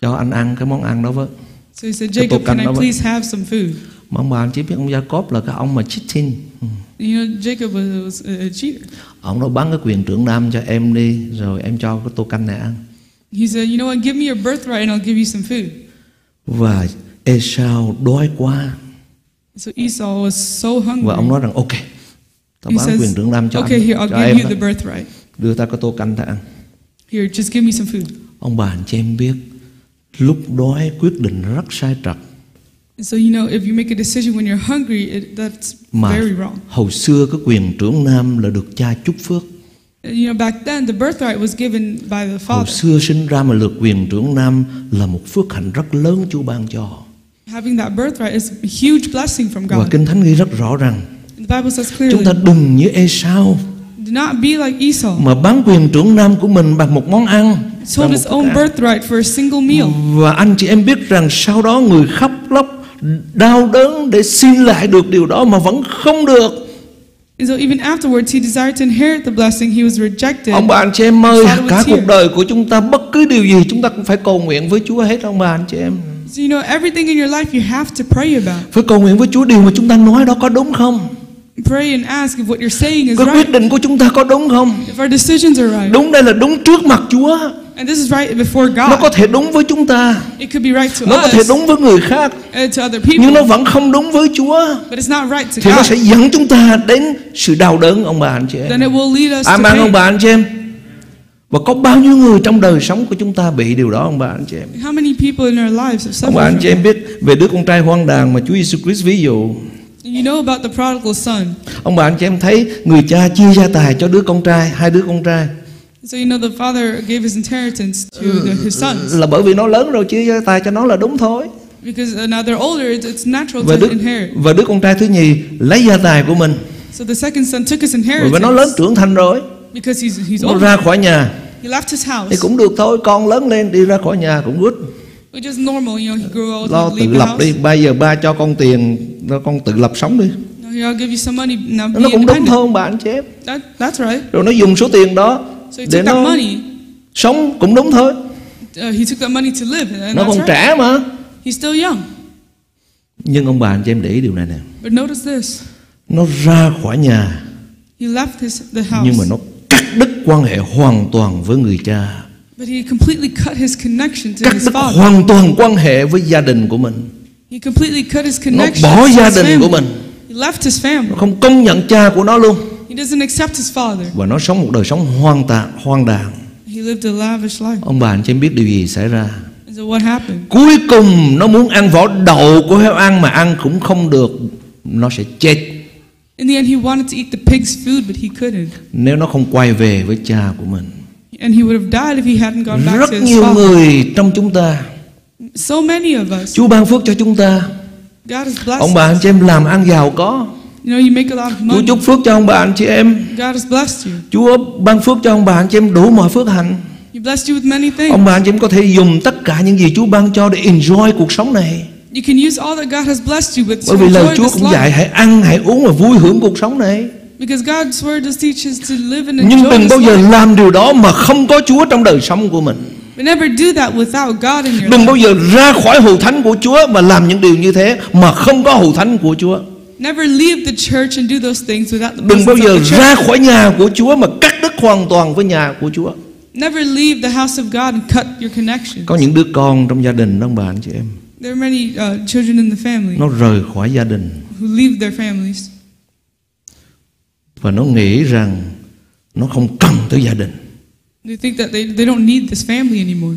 Speaker 1: Cho anh ăn cái món ăn đó với
Speaker 2: So he said,
Speaker 1: Cái
Speaker 2: Jacob, can
Speaker 1: token
Speaker 2: I
Speaker 1: đó vậy.
Speaker 2: please have some food?
Speaker 1: Mà ông bà anh chị biết ông Gia Cốp là cái ông mà cheating Ừ.
Speaker 2: You know, Jacob was, was a cheater.
Speaker 1: Ông nó bán cái quyền trưởng nam cho em đi Rồi em cho cái tô canh này ăn
Speaker 2: He said, you know what, give me your birthright and I'll give you some food.
Speaker 1: và Esau đói quá
Speaker 2: So Esau was so hungry.
Speaker 1: và ông nói rằng ok tao
Speaker 2: he
Speaker 1: bán
Speaker 2: says,
Speaker 1: quyền trưởng nam cho
Speaker 2: okay,
Speaker 1: anh
Speaker 2: here, I'll
Speaker 1: cho
Speaker 2: give
Speaker 1: em
Speaker 2: you
Speaker 1: đó.
Speaker 2: the birthright.
Speaker 1: đưa ta cái tô canh ta ăn
Speaker 2: Here, just give me some food.
Speaker 1: ông bà anh chị em biết lúc đói quyết định rất sai trật
Speaker 2: And so, you know, if you make a decision when you're hungry, it, that's
Speaker 1: mà
Speaker 2: very wrong.
Speaker 1: hồi xưa cái quyền trưởng nam là được cha chúc phước
Speaker 2: And, You know, back then, the birthright was given by the
Speaker 1: hồi
Speaker 2: father.
Speaker 1: xưa sinh ra mà được quyền trưởng nam là một phước hạnh rất lớn Chúa ban cho
Speaker 2: Having that birthright is a huge blessing from
Speaker 1: và
Speaker 2: God. Ừ.
Speaker 1: kinh thánh ghi rất rõ rằng
Speaker 2: And the Bible says
Speaker 1: chúng
Speaker 2: clearly,
Speaker 1: ta đừng như Esau
Speaker 2: do not be like Esau,
Speaker 1: mà bán quyền trưởng nam của mình bằng một món ăn bằng
Speaker 2: sold
Speaker 1: một
Speaker 2: his
Speaker 1: thức
Speaker 2: own
Speaker 1: ăn.
Speaker 2: birthright for a single meal.
Speaker 1: Và anh chị em biết rằng sau đó người khóc lóc đau đớn để xin lại được điều đó mà vẫn không được.
Speaker 2: And so even afterwards, he desired to inherit the blessing. He was rejected.
Speaker 1: Ông bà anh chị em ơi,
Speaker 2: Sao nó
Speaker 1: cả
Speaker 2: chia?
Speaker 1: cuộc đời của chúng ta bất cứ điều gì chúng ta cũng phải cầu nguyện với Chúa hết ông bà anh chị em.
Speaker 2: So you know, everything in your life you have to pray about.
Speaker 1: Phải cầu nguyện với Chúa điều mà chúng ta nói đó có đúng không?
Speaker 2: Pray and ask if what you're saying is
Speaker 1: Cái quyết
Speaker 2: right,
Speaker 1: định của chúng ta có đúng không?
Speaker 2: if our decisions are right.
Speaker 1: Đúng đây là đúng trước mặt Chúa.
Speaker 2: And this is right before
Speaker 1: Nó có
Speaker 2: God.
Speaker 1: thể đúng với chúng ta,
Speaker 2: It could be right to
Speaker 1: nó có thể
Speaker 2: us,
Speaker 1: đúng với người khác,
Speaker 2: uh, to other
Speaker 1: nhưng nó
Speaker 2: people,
Speaker 1: vẫn không đúng với Chúa.
Speaker 2: but it's not right to
Speaker 1: Thì nó
Speaker 2: God.
Speaker 1: sẽ dẫn chúng ta đến sự đau đớn ông bà anh chị em.
Speaker 2: Then it will lead us to
Speaker 1: Amen ông
Speaker 2: pain.
Speaker 1: bà anh chị em Và có bao nhiêu người trong đời sống của chúng ta bị điều đó ông bà anh chị em
Speaker 2: How many people in our lives have
Speaker 1: Ông bà anh
Speaker 2: suffered?
Speaker 1: chị
Speaker 2: From
Speaker 1: em biết về đứa con trai hoang đàn mà Chúa Giêsu Christ ví dụ
Speaker 2: you know about the prodigal son.
Speaker 1: Ông bà anh chị em thấy người cha chia gia tài cho đứa con trai Hai đứa con trai
Speaker 2: So you know the father gave his inheritance to the, his sons
Speaker 1: Là bởi vì nó lớn rồi chia gia tài cho nó là đúng thôi
Speaker 2: because uh, now they're older. It's, it's natural
Speaker 1: và
Speaker 2: to
Speaker 1: đứa,
Speaker 2: inherit.
Speaker 1: và đứa con trai thứ nhì lấy gia tài của mình
Speaker 2: So the second son took his
Speaker 1: Bởi vì nó lớn
Speaker 2: inheritance
Speaker 1: trưởng thành rồi
Speaker 2: because he's he's
Speaker 1: Nó
Speaker 2: older.
Speaker 1: ra khỏi nhà
Speaker 2: He left his
Speaker 1: Thì
Speaker 2: house.
Speaker 1: cũng được thôi Con lớn lên đi ra khỏi nhà cũng good
Speaker 2: Which is normal, you know, he grew old,
Speaker 1: Lo
Speaker 2: he'd
Speaker 1: tự
Speaker 2: leave the
Speaker 1: lập
Speaker 2: house.
Speaker 1: đi Bây giờ ba cho con tiền Con tự lập sống đi
Speaker 2: No, Here, I'll give you some money. Now be
Speaker 1: nó cũng đúng
Speaker 2: independent.
Speaker 1: hơn bạn chứ em.
Speaker 2: That, that's right.
Speaker 1: rồi nó dùng số tiền đó
Speaker 2: So he
Speaker 1: để
Speaker 2: took that
Speaker 1: nó
Speaker 2: money.
Speaker 1: sống cũng đúng thôi
Speaker 2: Uh, he took that money to live, and
Speaker 1: nó
Speaker 2: that's
Speaker 1: còn
Speaker 2: right.
Speaker 1: trẻ mà
Speaker 2: He's still young.
Speaker 1: nhưng ông bà anh chị em để ý điều này nè
Speaker 2: But notice this.
Speaker 1: nó ra khỏi nhà
Speaker 2: He left his the house.
Speaker 1: nhưng mà nó cắt đứt quan hệ hoàn toàn với người cha
Speaker 2: But he completely cut his connection to
Speaker 1: cắt
Speaker 2: his
Speaker 1: đứt
Speaker 2: father.
Speaker 1: hoàn toàn quan hệ với gia đình của mình
Speaker 2: He completely cut his connection
Speaker 1: bỏ
Speaker 2: to
Speaker 1: gia
Speaker 2: his
Speaker 1: đình của
Speaker 2: family.
Speaker 1: mình.
Speaker 2: He left his
Speaker 1: nó
Speaker 2: family.
Speaker 1: không công nhận cha của nó luôn
Speaker 2: He doesn't accept his father.
Speaker 1: và nó sống một đời sống hoang tàn hoang đàn
Speaker 2: He lived a lavish life.
Speaker 1: ông bà anh chị em biết điều gì xảy ra
Speaker 2: And so what happened?
Speaker 1: cuối cùng nó muốn ăn vỏ đậu của heo ăn mà ăn cũng không được nó sẽ chết
Speaker 2: In the end, he wanted to eat the pig's food, but he couldn't.
Speaker 1: nếu nó không quay về với cha của mình
Speaker 2: And he would have died if he hadn't gone back
Speaker 1: rất
Speaker 2: to his
Speaker 1: nhiều
Speaker 2: father.
Speaker 1: người trong chúng ta
Speaker 2: So many of us.
Speaker 1: Chúa ban phước cho chúng ta
Speaker 2: God has blessed
Speaker 1: ông bà anh
Speaker 2: us.
Speaker 1: chị em làm ăn giàu có
Speaker 2: You know, you make a lot of
Speaker 1: Chúa
Speaker 2: money.
Speaker 1: chúc phước cho ông bà anh chị em
Speaker 2: God has blessed you.
Speaker 1: Chúa ban phước cho ông bà anh chị em đủ mọi phước hạnh
Speaker 2: He blessed you with many things.
Speaker 1: ông bà anh chị em có thể dùng tất cả những gì Chúa ban cho để enjoy cuộc sống này
Speaker 2: You can use all that God has blessed you with to
Speaker 1: bởi vì lời
Speaker 2: enjoy
Speaker 1: Chúa
Speaker 2: this
Speaker 1: cũng dạy
Speaker 2: life.
Speaker 1: hãy ăn hãy uống và vui hưởng cuộc sống này
Speaker 2: Because God's word does teach us to live and
Speaker 1: nhưng
Speaker 2: enjoy
Speaker 1: đừng
Speaker 2: this
Speaker 1: bao giờ
Speaker 2: life.
Speaker 1: làm điều đó mà không có Chúa trong đời sống của mình
Speaker 2: But never do that without God in your
Speaker 1: Đừng
Speaker 2: life.
Speaker 1: bao giờ ra khỏi hậu thánh của Chúa mà làm những điều như thế mà không có hậu thánh của Chúa.
Speaker 2: Never leave the church and do those things without the
Speaker 1: Đừng
Speaker 2: presence
Speaker 1: bao
Speaker 2: of
Speaker 1: giờ
Speaker 2: the church.
Speaker 1: ra khỏi nhà của Chúa mà cắt đứt hoàn toàn với nhà của Chúa.
Speaker 2: Never leave the house of God and cut your connection.
Speaker 1: Có những đứa con trong gia đình đó ông bà anh chị em,
Speaker 2: There are many uh, children in the family
Speaker 1: nó rời khỏi gia đình
Speaker 2: who leave their families
Speaker 1: và nó nghĩ rằng nó không cần tới gia đình.
Speaker 2: They think that they, they don't need this family anymore.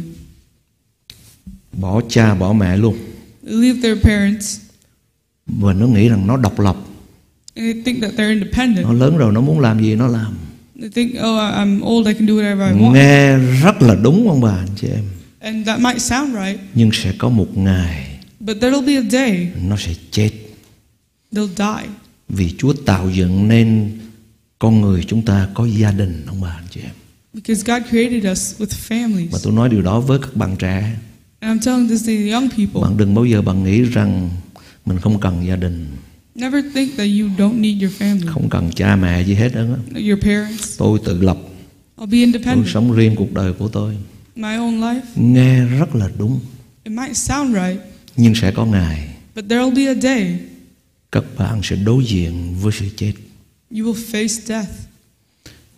Speaker 1: Bỏ cha bỏ mẹ luôn
Speaker 2: They leave their parents
Speaker 1: và nó nghĩ rằng nó độc lập,
Speaker 2: and they think that they're
Speaker 1: nó
Speaker 2: independent.
Speaker 1: lớn rồi nó muốn làm gì nó làm.
Speaker 2: They think, oh, I- I'm old, I can do whatever I want.
Speaker 1: Nghe rất là đúng ông bà anh chị em,
Speaker 2: And that might sound right,
Speaker 1: nhưng sẽ có một ngày
Speaker 2: but there'll be a day
Speaker 1: nó sẽ chết.
Speaker 2: they'll die.
Speaker 1: Vì Chúa tạo dựng nên con người chúng ta có gia đình ông bà anh chị em.
Speaker 2: Because God created us with
Speaker 1: Và
Speaker 2: families.
Speaker 1: tôi nói điều đó với các bạn trẻ.
Speaker 2: And I'm telling this to the young people
Speaker 1: Bạn đừng bao giờ bạn nghĩ rằng mình không cần gia đình,
Speaker 2: never think that you don't need your family,
Speaker 1: không cần cha mẹ gì hết đó.
Speaker 2: your parents.
Speaker 1: Tôi tự lập,
Speaker 2: I'll be
Speaker 1: tôi
Speaker 2: independent.
Speaker 1: sống riêng cuộc đời của tôi.
Speaker 2: My own life.
Speaker 1: Nghe rất là đúng,
Speaker 2: It might sound right,
Speaker 1: nhưng sẽ có ngày
Speaker 2: but there'll be a day
Speaker 1: các bạn sẽ đối diện với sự chết.
Speaker 2: you will face death.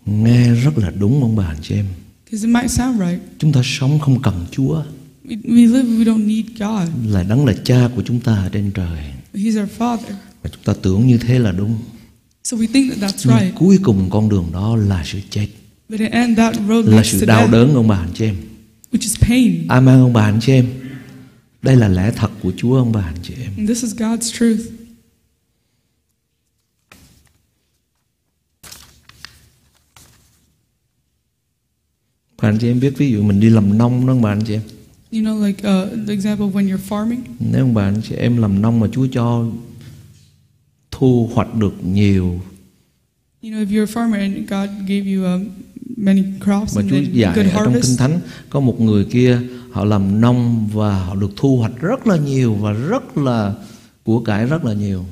Speaker 1: Nghe rất là đúng ông bà anh chị em.
Speaker 2: Because it might sound right.
Speaker 1: Chúng ta sống không cần Chúa
Speaker 2: We, we live, we don't need God.
Speaker 1: là đấng là cha của chúng ta ở trên trời.
Speaker 2: He's our Father.
Speaker 1: Và chúng ta tưởng như thế là đúng.
Speaker 2: So we think that that's
Speaker 1: Nhưng
Speaker 2: right.
Speaker 1: cuối cùng con đường đó là sự chết
Speaker 2: But in the end, that road
Speaker 1: Là
Speaker 2: leads
Speaker 1: sự
Speaker 2: to
Speaker 1: đau
Speaker 2: death,
Speaker 1: đớn ông bà anh chị em
Speaker 2: which is pain.
Speaker 1: Amen ông bà anh chị em Đây là lẽ thật của Chúa ông bà anh chị em
Speaker 2: And this is God's truth.
Speaker 1: Bà anh chị em biết ví dụ mình đi làm nông đó ông bà anh chị em
Speaker 2: You know, like uh, the example of when you're farming.
Speaker 1: Nếu ông bà anh chị em làm nông mà Chúa cho Thu hoạch được nhiều
Speaker 2: You know, if you're a farmer and God gave you um, many crops
Speaker 1: Mà
Speaker 2: and
Speaker 1: Chúa
Speaker 2: then
Speaker 1: dạy
Speaker 2: good
Speaker 1: ở trong Kinh
Speaker 2: harvest,
Speaker 1: Thánh Có một người kia họ làm nông Và họ được thu hoạch rất là nhiều Và rất là của cải rất là nhiều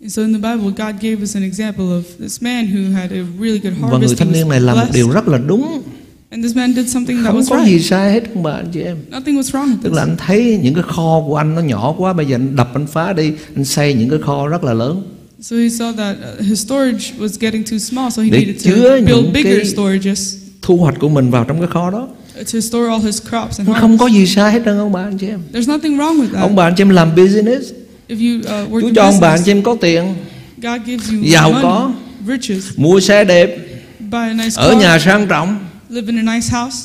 Speaker 2: and so in the Bible, God gave us an example of this man who had a really good
Speaker 1: Và người
Speaker 2: harvest.
Speaker 1: thanh
Speaker 2: He
Speaker 1: niên này
Speaker 2: was
Speaker 1: làm một điều
Speaker 2: blessed,
Speaker 1: rất là đúng
Speaker 2: and this man did something that
Speaker 1: Không
Speaker 2: was
Speaker 1: có gì
Speaker 2: right.
Speaker 1: sai hết ông bà anh chị em
Speaker 2: Nothing was wrong with
Speaker 1: Tức là
Speaker 2: this.
Speaker 1: anh thấy những cái kho của anh nó nhỏ quá Bây giờ anh đập anh phá đi Anh xây những cái kho rất là lớn
Speaker 2: So he saw that uh, his storage was getting too small, so he
Speaker 1: Để
Speaker 2: needed
Speaker 1: chứa
Speaker 2: to
Speaker 1: những
Speaker 2: build bigger
Speaker 1: cái-
Speaker 2: storages
Speaker 1: Thu hoạch của mình vào trong cái kho đó
Speaker 2: to store all his crops and
Speaker 1: Nó Không có
Speaker 2: harvest.
Speaker 1: gì sai hết trơn ông bà anh chị em
Speaker 2: There's nothing wrong with that.
Speaker 1: Ông bà anh chị em làm business
Speaker 2: If you uh, work
Speaker 1: Chú
Speaker 2: in
Speaker 1: cho ông bà anh
Speaker 2: business,
Speaker 1: chị em có tiền
Speaker 2: God gives you
Speaker 1: Giàu
Speaker 2: money,
Speaker 1: có.
Speaker 2: riches,
Speaker 1: Mua xe đẹp
Speaker 2: buy a nice
Speaker 1: Ở
Speaker 2: car,
Speaker 1: nhà sang trọng
Speaker 2: live in a nice house.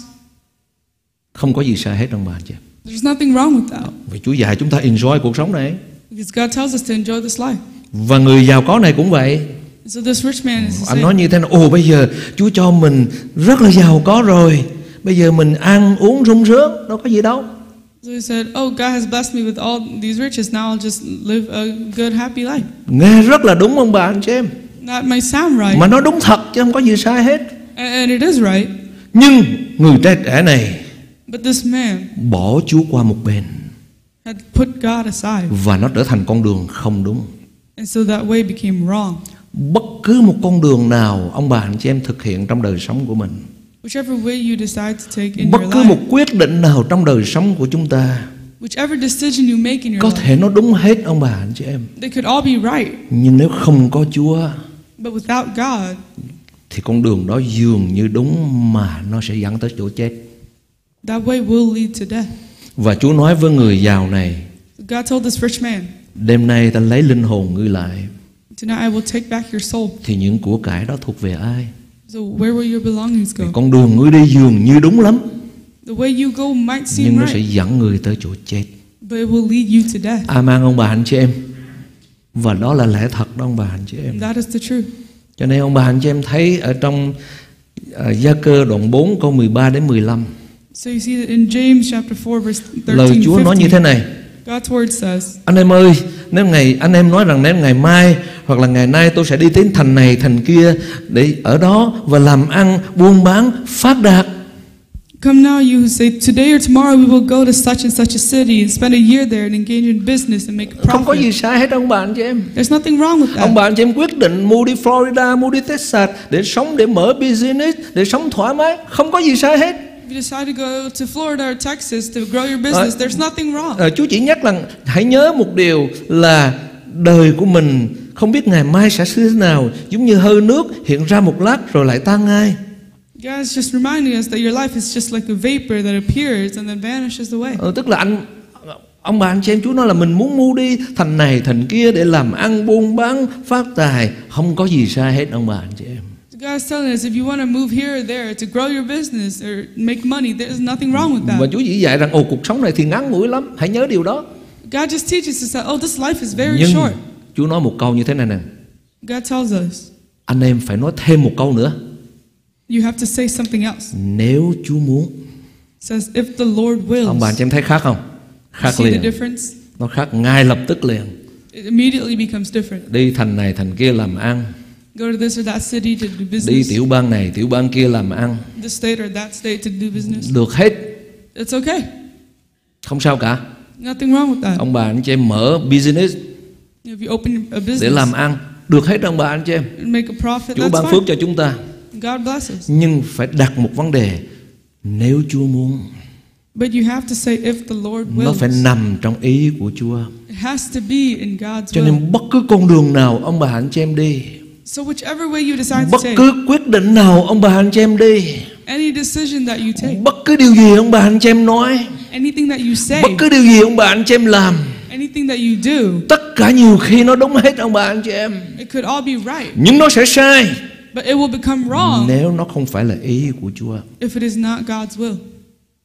Speaker 1: Không có gì sai hết ông bà anh chị em
Speaker 2: There's nothing wrong with that.
Speaker 1: Vì Chúa dạy chúng ta enjoy cuộc sống này
Speaker 2: Because God tells us to enjoy this life.
Speaker 1: Và người giàu có này cũng vậy
Speaker 2: So this rich man is the
Speaker 1: Anh
Speaker 2: same.
Speaker 1: nói như thế này Ồ bây giờ Chúa cho mình rất là giàu có rồi Bây giờ mình ăn uống sung sướng Đâu có gì đâu
Speaker 2: So he said, Oh, God has blessed me with all these riches. Now I'll just live a good, happy life.
Speaker 1: Nghe rất là đúng ông bà anh chị em
Speaker 2: That may sound right,
Speaker 1: Mà nó đúng thật chứ không có gì sai hết
Speaker 2: a- and it is right.
Speaker 1: Nhưng người trẻ trẻ này
Speaker 2: But this man
Speaker 1: bỏ Chúa qua một bên
Speaker 2: had put God aside,
Speaker 1: Và nó trở thành con đường không đúng
Speaker 2: And so that way became wrong.
Speaker 1: bất cứ một con đường nào ông bà anh chị em thực hiện trong đời sống của mình
Speaker 2: Whichever way you decide to take in
Speaker 1: bất
Speaker 2: your
Speaker 1: cứ
Speaker 2: life,
Speaker 1: một quyết định nào trong đời sống của chúng ta
Speaker 2: whichever decision you make in your
Speaker 1: có
Speaker 2: life,
Speaker 1: thể nó đúng hết ông bà anh chị em
Speaker 2: they could all be right.
Speaker 1: nhưng nếu không có chúa
Speaker 2: But without God,
Speaker 1: thì con đường đó dường như đúng mà nó sẽ dẫn tới chỗ chết
Speaker 2: that way will lead to death.
Speaker 1: và chúa nói với người giàu này
Speaker 2: God told this rich man,
Speaker 1: đêm nay ta lấy linh hồn ngươi lại
Speaker 2: Tonight I will take back your soul.
Speaker 1: thì những của cải đó thuộc về ai
Speaker 2: So where will your belongings
Speaker 1: thì
Speaker 2: go?
Speaker 1: con đường ngươi đi dường như đúng lắm
Speaker 2: The way you go might
Speaker 1: nhưng
Speaker 2: seem
Speaker 1: nó sẽ
Speaker 2: right,
Speaker 1: dẫn người tới chỗ chết
Speaker 2: but it will lead you to death.
Speaker 1: aman ông bà anh chị em và đó là lẽ thật đó ông bà anh chị em
Speaker 2: And that is the truth.
Speaker 1: Cho nên ông bà anh chị em thấy ở trong ờ, Gia cơ đoạn 4 câu 13 đến 15
Speaker 2: So you see that in James chapter 4 verse
Speaker 1: Lời
Speaker 2: 13
Speaker 1: Chúa nói như thế
Speaker 2: 15,
Speaker 1: này
Speaker 2: God's word says,
Speaker 1: Anh em ơi nếu ngày anh em nói rằng nếu ngày mai hoặc là ngày nay tôi sẽ đi đến thành này thành kia để ở đó và làm ăn buôn bán phát đạt
Speaker 2: Come now, you who say, Today or tomorrow we will go to such and such a city and spend a year there and engage in business and make a
Speaker 1: không có gì
Speaker 2: profit.
Speaker 1: sai hết ông bà anh chị em
Speaker 2: There's nothing wrong with
Speaker 1: ông
Speaker 2: that.
Speaker 1: bà anh chị em quyết định mua đi Florida mua đi Texas để sống để mở business để sống thoải mái không có gì sai hết
Speaker 2: If you decide to go to Florida or Texas to grow your business,
Speaker 1: Uh,
Speaker 2: there's nothing wrong.
Speaker 1: Ờ, Chúa chỉ nhắc là hãy nhớ một điều là đời của mình không biết ngày mai sẽ như thế nào giống như hơi nước hiện ra một lát rồi lại tan ngay
Speaker 2: God's just reminding us that your life is just like a vapor that appears and then vanishes away.
Speaker 1: Ờ, tức là anh ông bà anh chị em Chúa nói là mình muốn mua đi thành này thành kia để làm ăn buôn bán phát tài không có gì sai hết ông bà anh chị em
Speaker 2: God's telling us if you want to move here or there to grow your business or make money, there's nothing wrong with
Speaker 1: và
Speaker 2: that.
Speaker 1: Chúa chỉ dạy rằng ồ cuộc sống này thì ngắn ngủi lắm hãy nhớ điều đó
Speaker 2: God just teaches us that, oh, this life is very
Speaker 1: nhưng
Speaker 2: short.
Speaker 1: Chúa nói một câu như thế này nè
Speaker 2: God tells us,
Speaker 1: anh em phải nói thêm một câu nữa
Speaker 2: you have to say something else.
Speaker 1: nếu Chúa muốn
Speaker 2: says, if the Lord wills.
Speaker 1: ông bà anh chị em thấy khác không khác
Speaker 2: See the
Speaker 1: liền
Speaker 2: difference?
Speaker 1: nó khác ngay lập tức liền
Speaker 2: It immediately becomes different.
Speaker 1: đi thành này thành kia làm ăn
Speaker 2: Go to this or that city to do
Speaker 1: đi
Speaker 2: business.
Speaker 1: tiểu bang này tiểu bang kia làm ăn
Speaker 2: This state or that state to do business.
Speaker 1: được hết
Speaker 2: It's okay.
Speaker 1: không sao cả
Speaker 2: Nothing wrong with that.
Speaker 1: ông bà anh chị em mở business
Speaker 2: If you open a
Speaker 1: để làm
Speaker 2: business
Speaker 1: ăn được hết ông bà anh chị em
Speaker 2: and make a profit,
Speaker 1: Chúa
Speaker 2: that's
Speaker 1: ban phước
Speaker 2: fine.
Speaker 1: cho chúng ta
Speaker 2: God bless us.
Speaker 1: nhưng phải đặt một vấn đề nếu Chúa muốn
Speaker 2: But you have to say, if the Lord
Speaker 1: nó
Speaker 2: wills.
Speaker 1: phải nằm trong ý của Chúa
Speaker 2: It has to be in God's
Speaker 1: cho
Speaker 2: will.
Speaker 1: nên bất cứ con đường nào ông bà anh chị em đi
Speaker 2: So whichever way you decide to
Speaker 1: bất
Speaker 2: take,
Speaker 1: cứ quyết định nào ông bà anh chị em đi
Speaker 2: any decision that you take,
Speaker 1: bất cứ điều gì ông bà anh chị em nói
Speaker 2: anything that you say,
Speaker 1: bất cứ điều gì ông bà anh chị em làm
Speaker 2: anything that you do,
Speaker 1: Tất cả nhiều khi nó đúng hết ông bà anh chị em
Speaker 2: it could all be right.
Speaker 1: Nhưng nó sẽ sai
Speaker 2: But it will become wrong
Speaker 1: Nếu nó không phải là ý của Chúa
Speaker 2: if it is not God's will.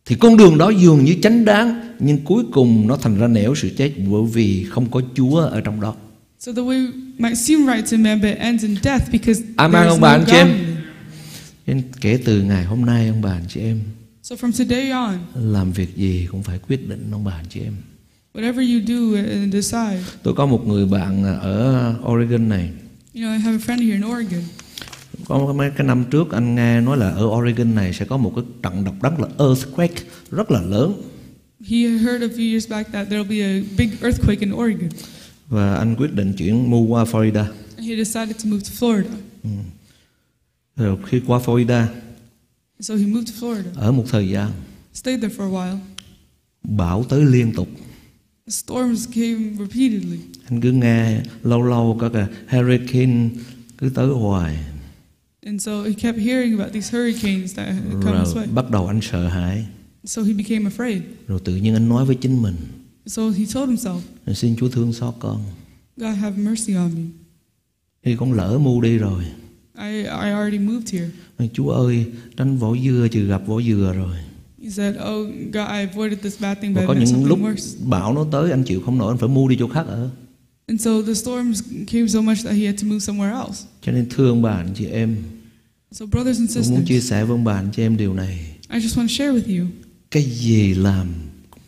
Speaker 1: Thì con đường đó dường như chánh đáng Nhưng cuối cùng nó thành ra nẻo sự chết Bởi vì không có Chúa ở trong đó
Speaker 2: So the way might seem right to man, but it ends in death because
Speaker 1: Amen,
Speaker 2: there is
Speaker 1: ông
Speaker 2: no
Speaker 1: bà, anh chị em.
Speaker 2: God in it.
Speaker 1: Nên kể từ ngày hôm nay ông bà anh chị em
Speaker 2: So from today on,
Speaker 1: Làm việc gì cũng phải quyết định ông bà anh chị em
Speaker 2: whatever you do and decide,
Speaker 1: Tôi có một người bạn ở Oregon này
Speaker 2: you know, I have a friend here in Oregon.
Speaker 1: có mấy cái năm trước anh nghe nói là ở Oregon này sẽ có một cái trận động đất là earthquake rất là lớn
Speaker 2: He had heard a few years back that there'll be a big earthquake in Oregon,
Speaker 1: và anh quyết định chuyển mua qua Florida
Speaker 2: and he decided to move to Florida.
Speaker 1: Rồi khi qua Florida
Speaker 2: So he moved to Florida,
Speaker 1: ở một thời gian
Speaker 2: stayed there for a while.
Speaker 1: bão tới liên tục
Speaker 2: Storms came repeatedly.
Speaker 1: anh cứ nghe lâu lâu có cái hurricane cứ tới hoài
Speaker 2: And so he kept hearing about these hurricanes that had come his
Speaker 1: rồi
Speaker 2: way.
Speaker 1: bắt đầu anh sợ hãi
Speaker 2: So he became afraid.
Speaker 1: rồi tự nhiên anh nói với chính mình
Speaker 2: So he told himself,
Speaker 1: xin Chúa thương xót con
Speaker 2: God have mercy on me.
Speaker 1: khi con lỡ mu đi rồi
Speaker 2: I, I already moved here.
Speaker 1: Chúa ơi tránh vỏ dưa trừ gặp vỏ dừa rồi
Speaker 2: He said, "Oh God, I avoided this bad thing,
Speaker 1: và
Speaker 2: but
Speaker 1: có
Speaker 2: I met
Speaker 1: những
Speaker 2: something
Speaker 1: lúc
Speaker 2: worse."
Speaker 1: bão nó tới anh chịu không nổi anh phải mua đi chỗ khác ở
Speaker 2: And so the storms came so much that he had to move somewhere else.
Speaker 1: cho nên thương bà anh chị em
Speaker 2: So brothers and
Speaker 1: tôi muốn chia
Speaker 2: sisters,
Speaker 1: sẻ với bà anh chị em điều này
Speaker 2: I just want to share with you:
Speaker 1: cái gì làm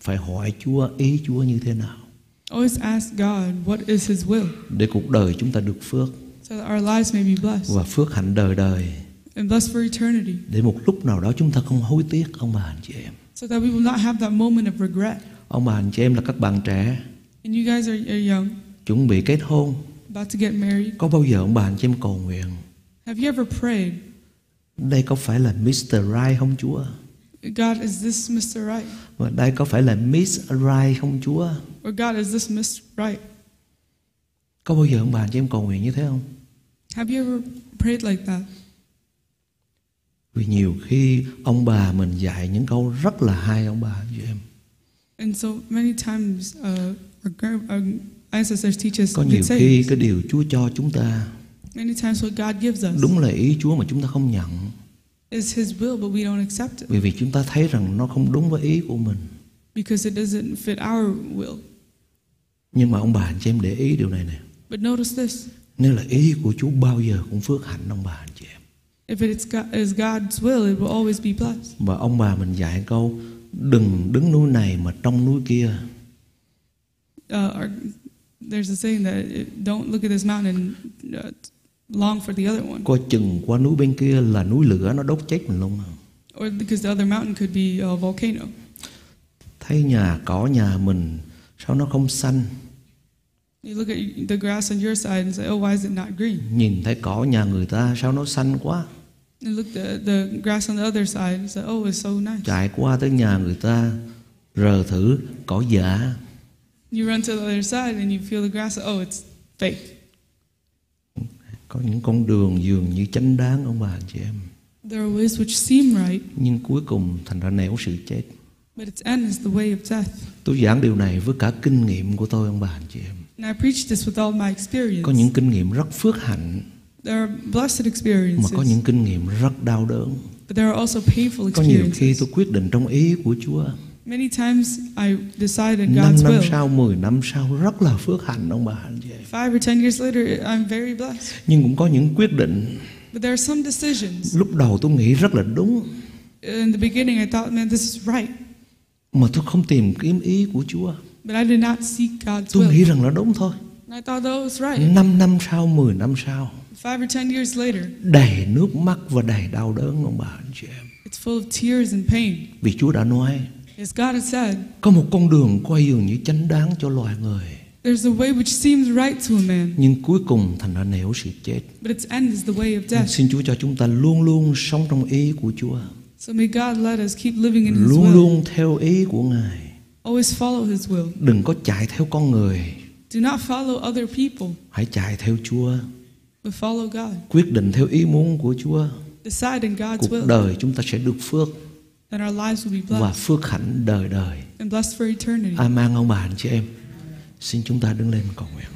Speaker 1: phải hỏi Chúa ý Chúa như thế nào
Speaker 2: always ask God what is His will,
Speaker 1: để cuộc đời chúng ta được phước
Speaker 2: so that our lives may be blessed
Speaker 1: và phước hạnh đời đời
Speaker 2: and blessed for eternity,
Speaker 1: để một lúc nào đó chúng ta không hối tiếc ông bà anh chị em
Speaker 2: so that we will not have that moment of regret.
Speaker 1: ông bà anh chị em là các bạn trẻ
Speaker 2: And you guys are, are young,
Speaker 1: chuẩn bị kết hôn
Speaker 2: about to get married.
Speaker 1: Có bao giờ ông bà anh chị em cầu nguyện
Speaker 2: Have you ever prayed,
Speaker 1: Đây có phải là Mr. Right không Chúa?
Speaker 2: God, is this Mr. Right?
Speaker 1: Và đây có phải là Miss Right không Chúa?
Speaker 2: Or God, is this Miss Right?
Speaker 1: Có bao giờ ông bà anh chị em cầu nguyện như thế không?
Speaker 2: Have you ever prayed like that?
Speaker 1: Vì nhiều khi ông bà mình dạy những câu rất là hay ông bà anh chị em
Speaker 2: And so many times, uh, our, gr- our ancestors teach us
Speaker 1: Có
Speaker 2: good
Speaker 1: nhiều khi
Speaker 2: sayings.
Speaker 1: cái điều Chúa cho chúng ta
Speaker 2: Many times, what God gives us
Speaker 1: Đúng là ý Chúa mà chúng ta không nhận
Speaker 2: is His will, but we don't accept it
Speaker 1: Bởi vì chúng ta thấy rằng nó không đúng với ý của mình
Speaker 2: because it doesn't fit our will.
Speaker 1: Nhưng mà ông bà anh chị em để ý điều này nè
Speaker 2: But notice this:
Speaker 1: Nếu là ý của Chúa bao giờ cũng phước hạnh ông bà anh chị em
Speaker 2: if it is, God, is God's will, it will always be blessed.
Speaker 1: Và ông bà mình dạy câu Đừng đứng núi này mà trong núi kia
Speaker 2: Uh, our, there's a saying that it, don't look at this mountain and uh, long for the other one,
Speaker 1: Coi chừng qua núi bên kia là núi lửa nó đốt chết mình luôn à.
Speaker 2: or because the other mountain could be a volcano.
Speaker 1: Thấy nhà cỏ nhà mình Sao nó không xanh
Speaker 2: You look at the grass on your side and say, "Oh, why is it not green?"
Speaker 1: Nhìn thấy cỏ nhà người ta sao nó xanh quá
Speaker 2: And look at the grass on the other side and say, "Oh, it's so nice."
Speaker 1: Chạy qua tới nhà người ta Rờ thử cỏ giả
Speaker 2: You run to the other side and you feel the grass. Oh, it's fake.
Speaker 1: Có những con đường dường như chánh đáng ông bà anh chị em
Speaker 2: There are ways which seem right,
Speaker 1: Nhưng cuối cùng thành ra nẻo sự chết
Speaker 2: but its end is the way of death.
Speaker 1: Tôi giảng điều này với cả kinh nghiệm của tôi ông bà anh chị em
Speaker 2: And I preach this with all my experience.
Speaker 1: Có những kinh nghiệm rất phước hạnh
Speaker 2: There are blessed
Speaker 1: Mà
Speaker 2: experiences,
Speaker 1: có những kinh nghiệm rất đau đớn
Speaker 2: but there are also painful
Speaker 1: Có nhiều khi
Speaker 2: experiences.
Speaker 1: tôi quyết định trong ý của Chúa
Speaker 2: Many times I
Speaker 1: 5
Speaker 2: decided God's
Speaker 1: năm
Speaker 2: will.
Speaker 1: sau, 10 năm sau rất là phước hạnh ông bà anh chị em
Speaker 2: Five or ten years later, I'm very blessed.
Speaker 1: Nhưng cũng có những quyết định
Speaker 2: But there are some decisions.
Speaker 1: Lúc đầu tôi nghĩ rất là đúng
Speaker 2: In the beginning, I thought, man, this is right.
Speaker 1: Mà tôi không tìm kiếm ý của Chúa
Speaker 2: But I did not seek God's
Speaker 1: Tôi
Speaker 2: will.
Speaker 1: nghĩ rằng là đúng thôi
Speaker 2: And I thought that was right.
Speaker 1: 5 năm sau, 10 năm sau
Speaker 2: Five or ten years later,
Speaker 1: Đầy nước mắt và đầy đau đớn ông bà anh chị em
Speaker 2: it's full of tears and pain.
Speaker 1: Vì Chúa đã nói
Speaker 2: As God has said,
Speaker 1: Có một con đường quay dường như chánh đáng cho loài người
Speaker 2: There's a way which seems right to a man,
Speaker 1: Nhưng cuối cùng thành ra nẻo sự chết
Speaker 2: but its end is the way of death.
Speaker 1: Xin Chúa cho chúng ta luôn luôn sống trong ý của Chúa
Speaker 2: So may God let us keep living in His
Speaker 1: Luôn
Speaker 2: will,
Speaker 1: luôn theo ý của Ngài
Speaker 2: always follow His will.
Speaker 1: Đừng có chạy theo con người
Speaker 2: Do not follow other people,
Speaker 1: Hãy chạy theo Chúa
Speaker 2: but follow God.
Speaker 1: Quyết định theo ý muốn của Chúa
Speaker 2: Decide in God's
Speaker 1: Cuộc
Speaker 2: will,
Speaker 1: đời chúng ta sẽ được phước
Speaker 2: and our lives will be
Speaker 1: Và
Speaker 2: blessed
Speaker 1: phước hạnh đời đời
Speaker 2: and blessed for eternity.
Speaker 1: Amen ông bà anh chị em Xin chúng ta đứng lên cầu nguyện